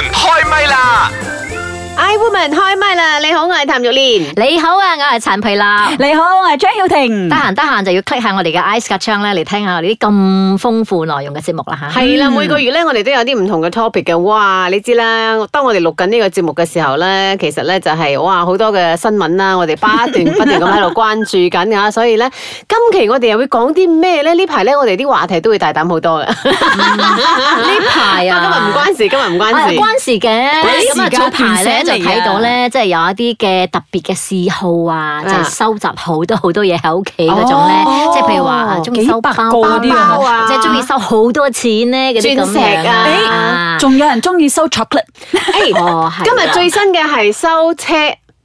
咪啦！ I Woman 開唛啦！你好，我係譚玉蓮。你好啊，我係陳皮啦。嗯你好，我係張曉婷得。閒得閒就要 click 下我哋嘅 Ice 格窗咧，嚟聽下我哋啲咁豐富內容嘅節目啦吓。係啦，每個月咧，我哋都有啲唔同嘅 topic 嘅。哇，你知啦，當我哋錄緊呢個節目嘅時候咧，其實咧就係、哇好多嘅新聞啦，我哋不斷不斷咁喺度關注緊㗎。所以咧，今期我哋又會講啲咩咧？呢排咧，我哋啲話題都會大膽好多嘅。 呢排 今日唔啊，關事，今日唔關啊事。關事嘅，事咁啊㗎早排咧就斷捨離啊睇到咧，即係有一啲嘅特別嘅嗜好啊，就係收集好多好多嘢喺屋企嗰種咧哦，即係譬如話啊中意收包幾百個嗰啲啊包嘛即係中意收好多錢咧嗰啲咁鑽石樣啊啊。仲有人中意收 chocolate，誒哦係啊今日最新嘅係收車。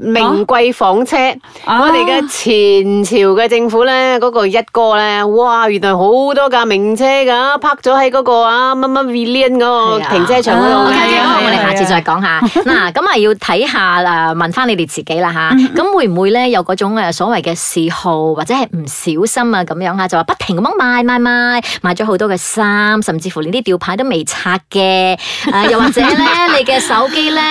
名貴房車，啊我哋嘅前朝嘅政府咧，嗰、個一哥咧，哇，原來好多架名車噶，泊咗喺嗰個啊乜乜 Villian 嗰個係啊停車場嗰度 OK，嘅。係 OK，啊好，我係哋啊下次再講下。 嗱，咁啊要睇下誒，問翻你哋自己啦嗯吓。咁會唔會咧有嗰種啊誒所謂嘅嗜好，或者係唔小心啊咁樣啊，就話不停咁樣買買買，買咗好多嘅衫，甚至乎連啲吊牌都未拆嘅。誒，又或者 咧，你嘅手機咧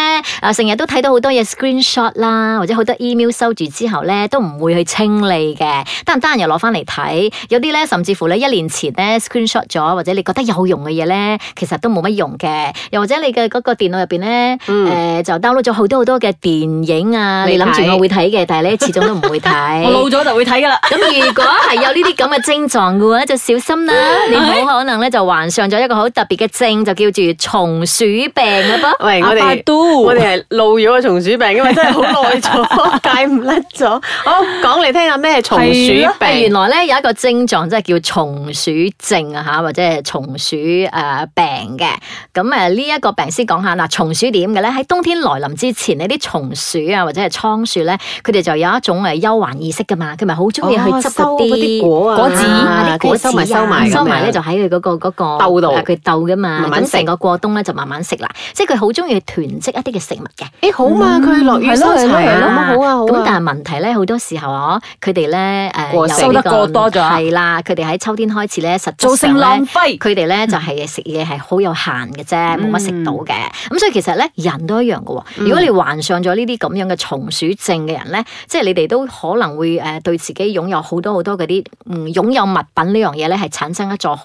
誒，成日都睇到好多嘢 screenshot 啦，或者好多 email 收住之後咧，都唔會去清理嘅。得唔得閒又攞翻嚟睇？有啲咧，甚至乎咧一年前咧 screenshot 咗，或者你覺得有用嘅嘢咧，其實都冇乜用嘅。又或者你嘅嗰個電腦入邊咧，誒、就 download 咗好多好多嘅電影啊，未你睇諗住我會睇嘅，但係咧始終都唔會我老睇。咗就會睇噶啦。 咁如果係有呢啲咁嘅症狀嘅話，就小心啦！你好可能咧就患上咗一個好特別嘅症，就叫做松鼠病嘅噃。喂，我阿百哋度我哋係露咗個松鼠病，因為真係好耐咗， 戒唔甩咗。好，講嚟聽下咩係松鼠係咯係原病。來咧有一個症狀，即係叫松鼠症啊嚇，或者係松鼠誒、呃病嘅。咁誒呢一個病先講下嗱，松鼠點嘅咧？喺冬天來臨之前，呢啲松鼠啊或者係倉鼠咧，佢哋就有一種誒憂患意識噶嘛，佢咪好中意去哦執收嗰嗰啲啲果啊果子啊啊，啲果子收埋啊收埋咁樣收埋咧就喺佢嗰個嗰個兜度啊佢竇噶嘛，慢慢咁食成個過冬咧就慢慢食啦，即係佢好中意囤積一啲嘅食物嘅。誒好嘛，佢落雨係收咯柴係啊，咯好啊好咁啊。但係問題咧，好多時候啊，佢哋咧誒過剩有呢個收得過多咗啊係啦，佢哋喺秋天開始咧，實質造成上呢浪費佢哋咧就係食嘢係好有限嘅啫，冇乜食到嘅。咁所以其實咧，人都一樣嘅喎。如果你患上咗呢啲咁樣嘅松鼠症嘅人咧，即係你哋都可能會誒對自己擁有好多好多嗰啲嗯擁有物品呢樣嘢咧，係產生一座好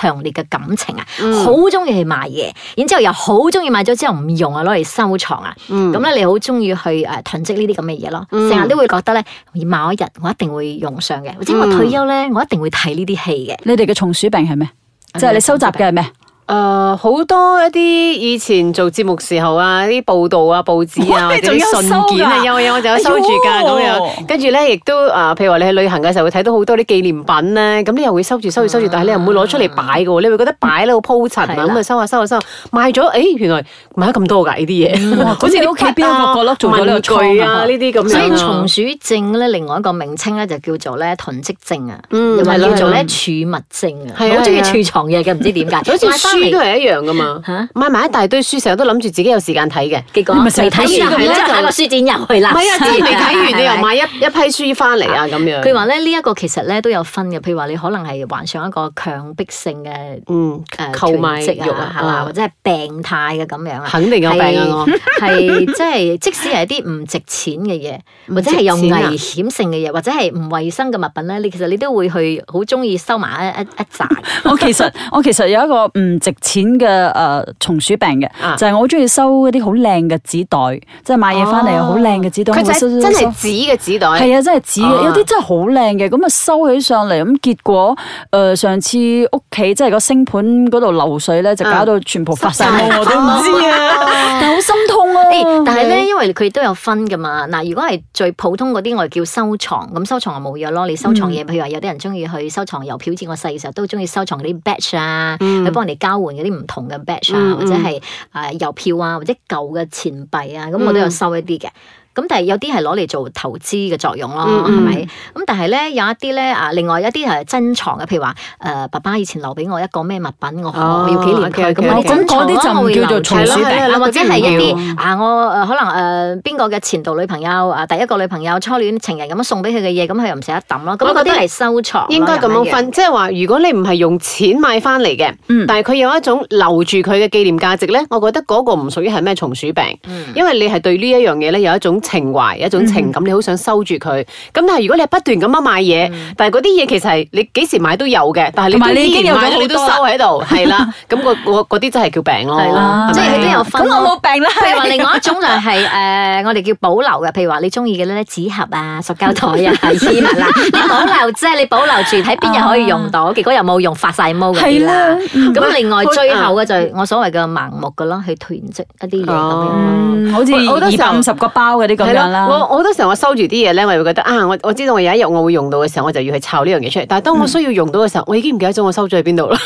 強烈嘅感情啊，好中意去買嘢，然之後又好中意買咗之後唔用啊，攞嚟收藏啊。咁咧你好中意去誒囤積呢啲咁嘅嘢咯，成日都會覺得咧，某一日我一定會用上嘅，或者我退休咧，我一定會睇呢啲戲嘅。你哋嘅松鼠病係咩？啊即係你收集嘅係咩？誒好、多一啲以前做節目時候啊，啲報道啊、報紙啊，哇或你者仲有啲信件啊，收㗎有有我就有收住㗎哎咁喲樣。跟住咧，亦都誒、啊譬如話你去旅行嘅時候會睇到好多啲紀念品咧，咁你又會收住收住收住，但係你又唔會攞出嚟擺嘅喎，你會覺得擺咧好鋪塵啊，係啦咁啊收下收下收下，賣咗誒、哎原來賣咗咁多㗎呢啲嘢，哇咁你屋企啲筆邊啊一個角落做咗呢個文具倉啊啊呢啲咁樣啊。所以松鼠症咧，另外一個名稱咧就叫做咧囤積症啊，嗯又或者係咯叫做係咧咯儲物症啊，係啊好中意係啊儲藏嘢嘅，唔知點解。好似買翻嚟書都係一樣㗎嘛嚇，買埋一大堆書，成日都諗住自己有時間睇嘅。結果你咪成日未睇睇完，書然之係後啦喺個書展入去啦。唔係啊，真係未睇完，你又係咪買一一批書翻嚟啊咁樣。 佢話咧呢一個其實咧都有分嘅，譬如話你可能係患上一個強迫性嘅嗯誒購買囤積慾啊啊，係啊啦，或者係病態嘅咁樣啊。肯定有病啊我。係即係 即使係一啲唔值錢嘅嘢，或者係有唔值錢啊危險性嘅嘢，或者係唔衞生嘅物品咧，你其實你都會去好中意收埋一一一扎。我其實 我其實有一個唔值錢嘅誒松鼠病啊嘅，就係我好中意收嗰啲好靚嘅紙袋，即係買嘢翻嚟又好靚嘅紙袋，哦佢就我係收收真收係紙嘅紙袋。係啊，真係紙啊嘅，有啲真係好靚嘅，咁啊收起上嚟，咁結果誒、呃上次屋企即係個星盤嗰度漏水咧，就搞到全部發晒毛，我都唔 知哦啊，但好心痛啊！誒，但係咧，因為佢都有分噶嘛。嗱，如果係最普通嗰啲，我哋叫收藏，咁收藏就冇嘢咯。你收藏嘢，譬如話有啲人中意去收藏郵票，好似我細嘅時候都中意收藏嗰啲 batch 啊，去幫人哋交換嗰啲唔同嘅 batch 啊，嗯或者係誒郵票啊，或者舊嘅錢幣啊，咁我都有收一啲嘅。咁但係有啲係攞嚟做投資嘅作用咯，嗯係嗯咪？咁但係咧有一啲咧啊，另外一啲係珍藏嘅，譬如話誒、爸爸以前留俾我一個咩物品，我哦我要紀念佢 OK，OK，咁我 OK 珍藏哦咁嗰啲就唔我會叫做留松住鼠係咯病係啦啦或者嗰啲唔係一叫啲啊，我誒可能誒邊個嘅前度女朋友啊，第一個女朋友初戀情人咁樣送俾佢嘅嘢，咁佢又唔捨得抌咯。咁我覺嗰得啲係收藏咯，應該咁樣樣分，即係話如果你唔係用錢買翻嚟嘅，嗯但係佢有一種留住佢嘅紀念價值咧，我覺得嗰個唔屬於係咩松鼠病， 嗯因為你係對呢一樣嘢咧有一種情懷，有一種情感，你好想收住佢。咁但係如果你係不斷咁樣買嘢，但係嗰啲嘢其實係你幾時買都有嘅，但係你同埋都你已經依然有咗買好你都多收啦喺度，係啦，咁個個嗰啲真係叫病咯，係啦係咪即係佢都有分啊哎咁我冇病啦。譬如話另外一種就 係、誒、我哋叫保留嘅，譬如話你中意嘅咧紙盒啊、塑膠袋啊、衣物 啦，你保留即係你保留住睇邊日可以用到，結果又冇用發晒毛嗰啲啦。嗯咁另外好最後嘅就係我所謂嘅盲目嘅咯，去囤積一啲嘢咁樣。哦嗯，好似好多時候二百五十個包嗰啲咁係樣咯，我啦。我好多時候我收住啲嘢咧，我係會覺得啊，我我知道我有一日我會用到嘅時候，我就要去抄呢樣嘢出嚟。但係嗯當我需要用到嘅時候，我已經唔記得咗我收咗喺邊度啦。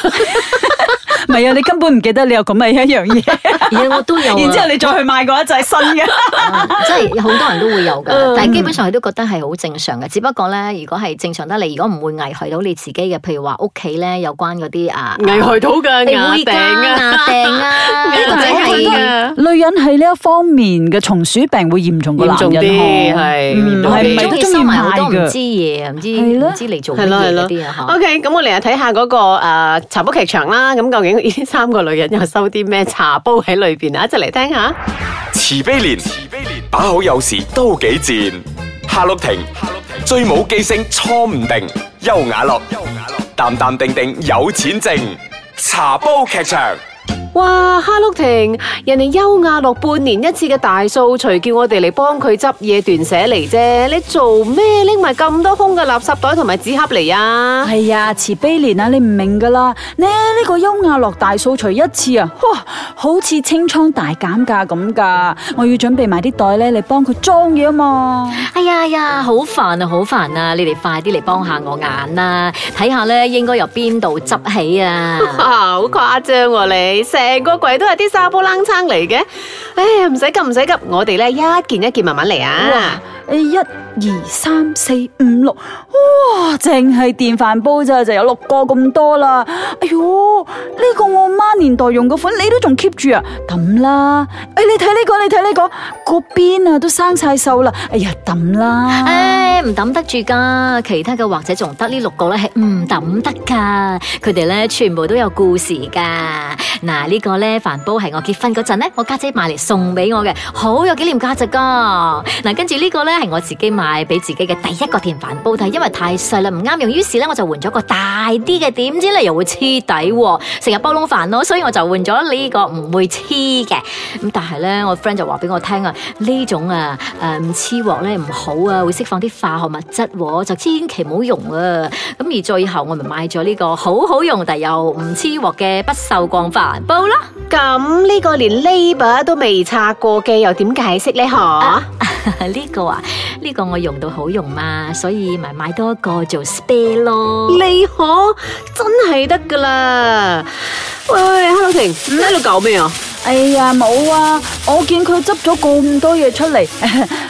唔係啊，你根本唔記得你 有咁啊嘅一樣嘢，而我都有然之後啊，你再去買過一隻新嘅。 即係好多人都會有嗯㗎，但係基本上佢都覺得係好正常嘅。只不過咧，如果係正常得嚟，如果唔會危害到你自己嘅，譬如話屋企咧有關嗰啲啊，危害到㗎，你 牙會頂㗎啊，牙 定啊，呢個或者真係係。 女人喺呢一方面嘅松鼠病會嚴重過嚴男重人啲嗬。係嗯嚴重係啲咪中都意中意收埋好買多唔嘅知嘢，唔知係咯唔知嚟做乜係咯係嘢嗰咯啲啊嚇。 OK，咁我嚟啊睇下嗰個誒茶煲劇場啦。咁究竟呢三個女人又收啲咩茶煲喺裏邊啊？一齊嚟聽下。慈悲蓮，慈悲蓮，把好有時都幾賤。夏綠庭，夏綠庭，最冇記性錯唔定。優雅樂，優雅樂，淡淡定定有錢剩。茶煲劇場。哇，哈碌婷，人哋優雅樂半年一次嘅大掃除，叫我哋嚟幫佢執嘢斷捨離啫。你做咩拎埋咁多空嘅垃圾袋同埋紙盒嚟啊？係啊，慈悲蓮啊，你唔明噶啦，呢呢個優雅樂大掃除一次啊，哇，好似清倉大減價咁噶，我要準備埋啲袋咧嚟幫佢裝嘢啊嘛。哎呀哎呀，好煩啊，好煩啊！你哋快啲嚟幫下我眼啦，睇下咧應該由邊度執起啊！啊，好誇張喎你，成個櫃都係啲沙煲冷撐嚟嘅。唉，唔使急，唔使急，我哋咧一件一件慢慢嚟啊。誒，一二三四五六，哇，淨係電飯煲咋就有六個咁多啦。哎喲，呢、個我媽年代用嗰款，你都仲 keep 住啊？抌啦！誒，你睇呢、個，你睇呢、個，嗰邊啊都生晒鏽啦。哎呀，抌啦！唉，唔抌得住噶，其他嘅或者仲得呢六個咧係唔抌得噶，佢哋咧全部都有故事噶。嗱，呢個咧帆煲係我結婚嗰陣咧，我家姐買嚟送俾我嘅，好有紀念價值噶。嗱，跟住呢個咧係我自己買俾自己嘅第一個電飯煲，但係因為太細啦唔啱用，於是咧我就換咗個大啲嘅，點知咧又會黐底喎，成日煲窿飯咯，所以我就換咗呢個唔會黐嘅。咁但係咧，我 friend 就話俾我聽啊，呢種啊誒唔黐鑊咧唔好啊，會釋放啲化學物質喎，就千祈唔好用啊。咁而最後我咪買咗呢個好好用但又唔黐鑊嘅不鏽鋼飯煲啦。 咁呢個連 label 都未拆過嘅，又點解釋呢？嗬？呢個啊，呢個我用到好用嘛，所以咪買多一個做 spare 咯。你可真係得噶啦！喂喂，Hello 婷，你喺度搞咩啊？哎呀，冇啊！我見佢執咗咁多嘢出 嚟，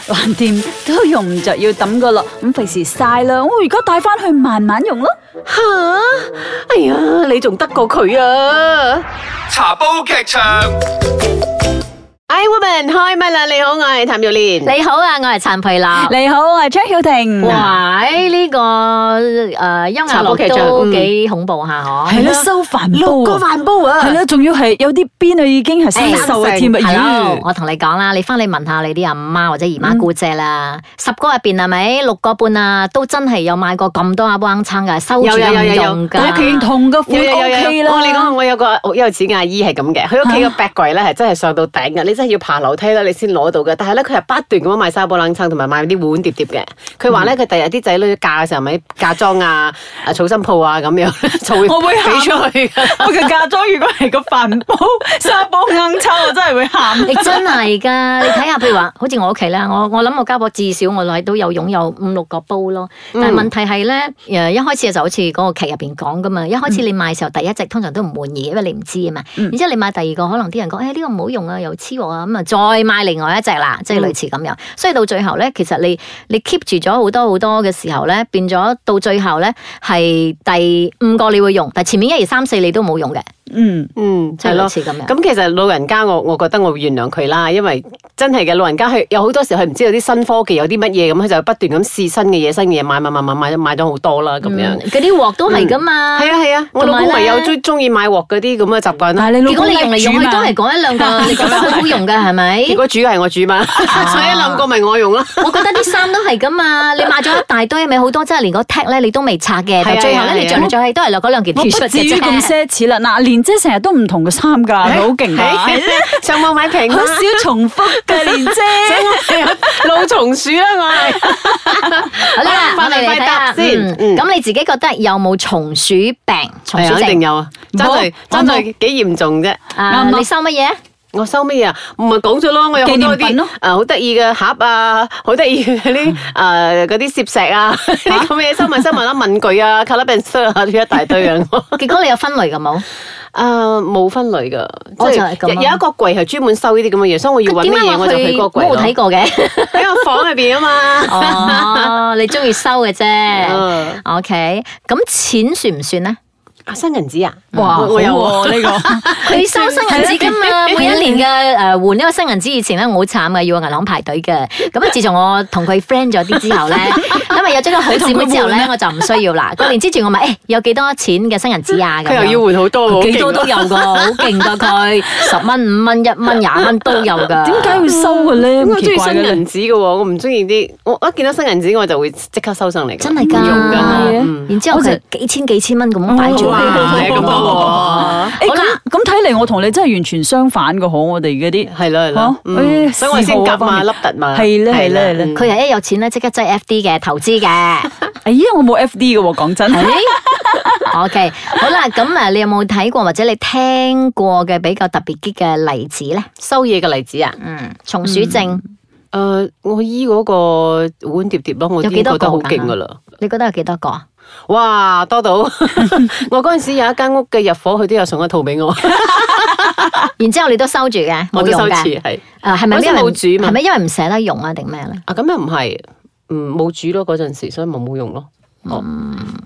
橫掂都用唔着要抌噶啦，咁費事嘥啦。我而家帶翻去慢慢用啦。吓！哎呀，你仲得過佢啊！茶煲劇場。 I woman 開唛啦！你好，我係譚玉蓮。你好啊，我係陳培娜。你好，我係張曉嗯婷。哇！哎呢、個誒優雅茶煲劇樂場都嗯幾恐怖下嗬。係啦，收飯六煲個啊！飯煲啊！係啦，仲要係有啲邊啊，已經係生鏽啊，添啊 Hello，，我同你講啦，你翻嚟問下你啲阿媽或者姨媽姑姐啦，嗯十個入邊係咪六個半啊，都真係有買過咁多阿幫撐噶，收住有有有又唔有有用噶。但係佢同個款有有有 OK 有，啦。我你講我有個幼稚阿姨係咁嘅，佢屋企個壁櫃咧係真係上到頂嘅，你真係要爬樓梯咧你先攞到嘅。但係咧佢係不斷咁樣買沙煲冷餐同埋買啲碗碟碟嘅。佢話咧佢第日啲仔女嫁嘅時候咪嫁妝啊、啊草心鋪啊咁 樣就會我會俾出去㗎。我嘅嫁妝如果係個飯煲、沙煲硬抽，我真係會喊。你真 係噶，你睇下，譬如話，好似我屋企啦，我我諗我家婆至少我哋都有擁有五六個煲咯。嗯但係問題係咧，誒一開始就好似嗰個劇入邊講噶嘛，一嗯開始哎你買嘅時候，第一隻通常都唔滿意，因為你唔知啊嘛。然之後你買第二個，可能啲人講，誒呢個唔好用啊，又黐喎，啊，咁啊再買另外一隻啦，即嗯係類似咁樣。所以到最後咧，其實你你 keep 住咗好多好多嘅時候咧，變咗到最後咧係第五個你會用，但係前面一二三四你都冇用嘅，嗯，嗯，即係係咯類。似咁樣。啊咁其實老人家我我覺得我會原諒佢啦，因為真係嘅老人家佢有好多時佢唔知道啲新科技有啲乜嘢，咁佢就不斷咁試新嘅嘢、新嘅嘢買買買買買買咗好多啦咁樣。嗯嗰啲鑊都係噶嘛。係啊係啊，我老公同埋咪呢有中中意買鑊嗰啲咁嘅習慣啦。但係你老結果公你用嚟用去都係係嗰一 兩個，你覺得好好用嘅係咪？結果煮係我煮嘛，啊所以兩個咪我用啦。我覺得啲衫都係 噶嘛，你買咗一大堆，咪好多真係連個 tag 咧你都未拆嘅，係但啊最後咧係啊你着嚟着去都係落嗰兩件我 T 恤不至於嘅咁啫。奢侈啦。嗱，蓮姐成日都唔同嘅衫㗎，啊佢好勁㗎，係 上網買平啊好啦。少重複嘅蓮姐。係啊老松鼠啦，我係 好啦，我快哋嚟嚟睇下答先嗯嗯咁你自己覺得有冇松鼠病、松係鼠啊一定症？有啊，真係真係幾嚴重啫。啊，啱啊你收乜 嘢？我收咩啊？唔係講咗咯，我有好紀多念品啲咯啊好得意嘅盒啊，好得意嗰啲誒嗰啲攝石啊，啲咁嘅嘢收埋收埋啦，文具啊 c o l o r b a n d 啊，呢一大堆啊，我結果你有分類嘅冇？啊冇分類噶，我即就係咁係有咯有一個櫃係專門收呢啲咁嘅嘢，所以我要揾點咩解嘢我就去嗰個櫃我冇咯睇過 嘅？喺個房入邊啊嘛。哦，你中意收嘅啫嗯。 OK，咁錢算唔算咧？啊新銀紙啊，哇，我好我有喎喎呢個。佢收新銀紙噶啊嘛， 每一年嘅誒換呢個新銀紙以前咧，我好慘嘅，要去銀行排 隊嘅。咁啊，自從我同佢 friend 咗啲之後咧，因為有咗個好姊妹之後咧，我就唔需 要啦。過年之前我咪誒有幾多錢嘅新銀紙啊？咁佢又要樣換好多喎，幾多都好勁啊有 㗎，好勁㗎佢，十蚊、五蚊、一蚊、廿蚊都有㗎。點解會收嘅咧？咁我咁中奇意怪新嘅銀紙嘅喎，我唔中意啲，我一見到新銀紙我就會即刻收上嚟㗎。真係㗎？唔用㗎我係啊嗯哦然之後佢幾千幾千蚊咁擺住哇啊係咁多誒咁咁睇嚟，我同你真係完全相反嘅，好我哋嗰啲喎， 係啦係嚇啦，嗯誒所以我先夾嘛，嗜凹好凸嘛，係咧係咧係咧嗯佢係一有錢咧，即刻擠 F D 嘅投資嘅。哎呀，我冇 F D 嘅喎，講真， O、k 好啦，咁啊，你有冇睇過或者你聽過嘅比較特別啲嘅例子咧？收嘢嘅例子啊，嗯，松鼠症，誒，我醫嗰個碗碟碟咯，我已有幾經多覺得個好㗎勁噶啦。你覺得有幾多個啊？哇，多 到 我嗰陣時有一間屋嘅入伙，佢都有送一套俾我，然之後你都收住嘅，我 冇都用收嘅。錢係。誒係咪因為嗰陣時冇煮嘛係咪因為唔捨得用啊？定咩咧？啊，咁又唔係，嗯，冇煮咯嗰陣時，所以咪冇用咯。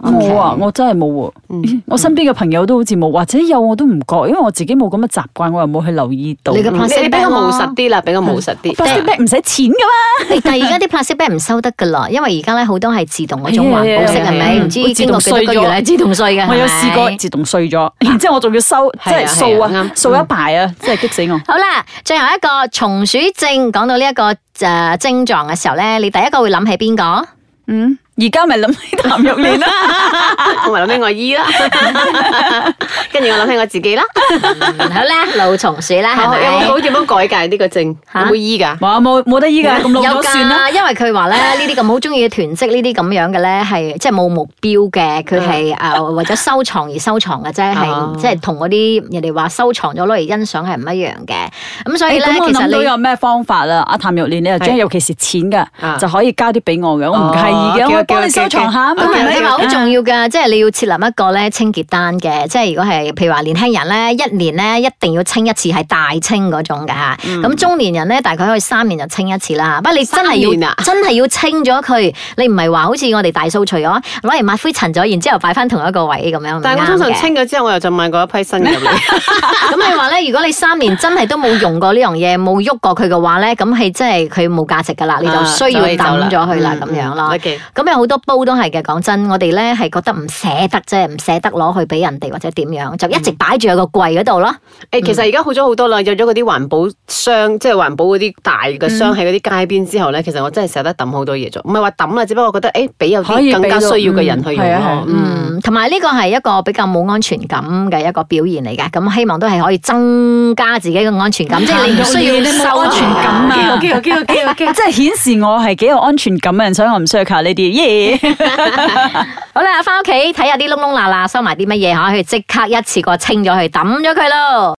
我啊，我真係 冇喎。咦我身邊嘅朋友都好似冇，或者有我都唔覺，因為我自己冇咁嘅習慣，我又冇去留意到。你嘅嗯 plastic 你你比較 bag 咯務實啲啦，比較務實 啲。 plastic bag 唔使錢噶嘛，誒但係而家啲 plastic bag 唔收得噶啦，因為而家咧好多係自動嗰種環保式，係啊係啊係咪？係啊唔知會經過自動幾多個碎咗月咧，自動碎嘅。我有係咪試過自動碎咗，然之後我仲要收，即係啊係掃係啊啊啱，掃一排啊，真係激死我。好啦，最後一個松鼠症，講到呢、一個誒、呃症狀嘅時候咧，你第一個會諗起邊個？嗯，而家咪諗起譚玉蓮啦， 我咪諗起我 姨啦，跟住我諗起我自己啦。嗯好啦，老松鼠啦， 係好有咪冇？好點樣改戒呢個症？有嚇冇醫㗎？哇冇冇得醫噶，咁老有咗算啦。㗎，因為佢話 咧呢啲咁好中意嘅囤積呢啲咁樣嘅咧，係即係冇目標嘅，佢嗯係誒為咗收藏而收藏嘅啫，哦啊係即係同嗰啲人哋話收藏咗攞嚟欣賞係唔一樣嘅。哎咁所以咧，誒哎咁我其實諗到你有咩方法啦？阿譚玉蓮，你又係將尤其是錢啊嘅，就可以交啲俾我嘅，我唔介意哦嘅，我 OK，OK，OK，會幫你收藏下。啊咁咁啊係咪你呢話個好重要㗎，即係你要設立一個咧清潔單嘅，即係如果係譬如話年輕人咧，一年咧一定要清一次係大清嗰種㗎嚇。嗯咁、中年人咧大概可以三年就清一次啦。不過你真係三年要、啊真係要清咗佢，你唔係話好似我哋大掃除咗攞嚟抹灰塵咗，然之後擺翻同一個位咁樣。但係係我通常。清咗之後，我又就買過一批新嘅入嚟。咁你話咧，如果你三年真係都冇用過呢樣嘢，冇喐過佢嘅話咧，咁係真係佢冇價值㗎啦，你就需要啊 就抌係咗佢啦嗯咁樣咯嗯。OK，咁有好多煲都係嘅，講真，我哋咧係覺得唔捨得啫，唔捨得攞去俾人哋或者點樣，就一直擺住喺個櫃嗰度咯。誒，其實而家好咗好多啦，有咗嗰啲環保箱，即係環保嗰啲大嘅箱喺嗰啲街邊之後咧，其實我真係捨得抌好多嘢咗。唔係話抌啦，只不過覺得誒，俾有可以啲俾更加到需要嘅人去嗯係用啊係咯啊。嗯嗯，同埋呢個係一個比較冇安全感嘅一個表現嚟嘅，咁希望都係可以增加自己嘅安全 感，即係你唔需要你冇收安全感啊機會機會機會機會即係顯示我係幾有安全感嘅人，所以我唔需要靠呢啲。耶！ 好啦，翻屋企睇下啲窿窿罅罅收埋啲乜嘢吓，可以即刻一次過清咗佢，抌咗佢咯。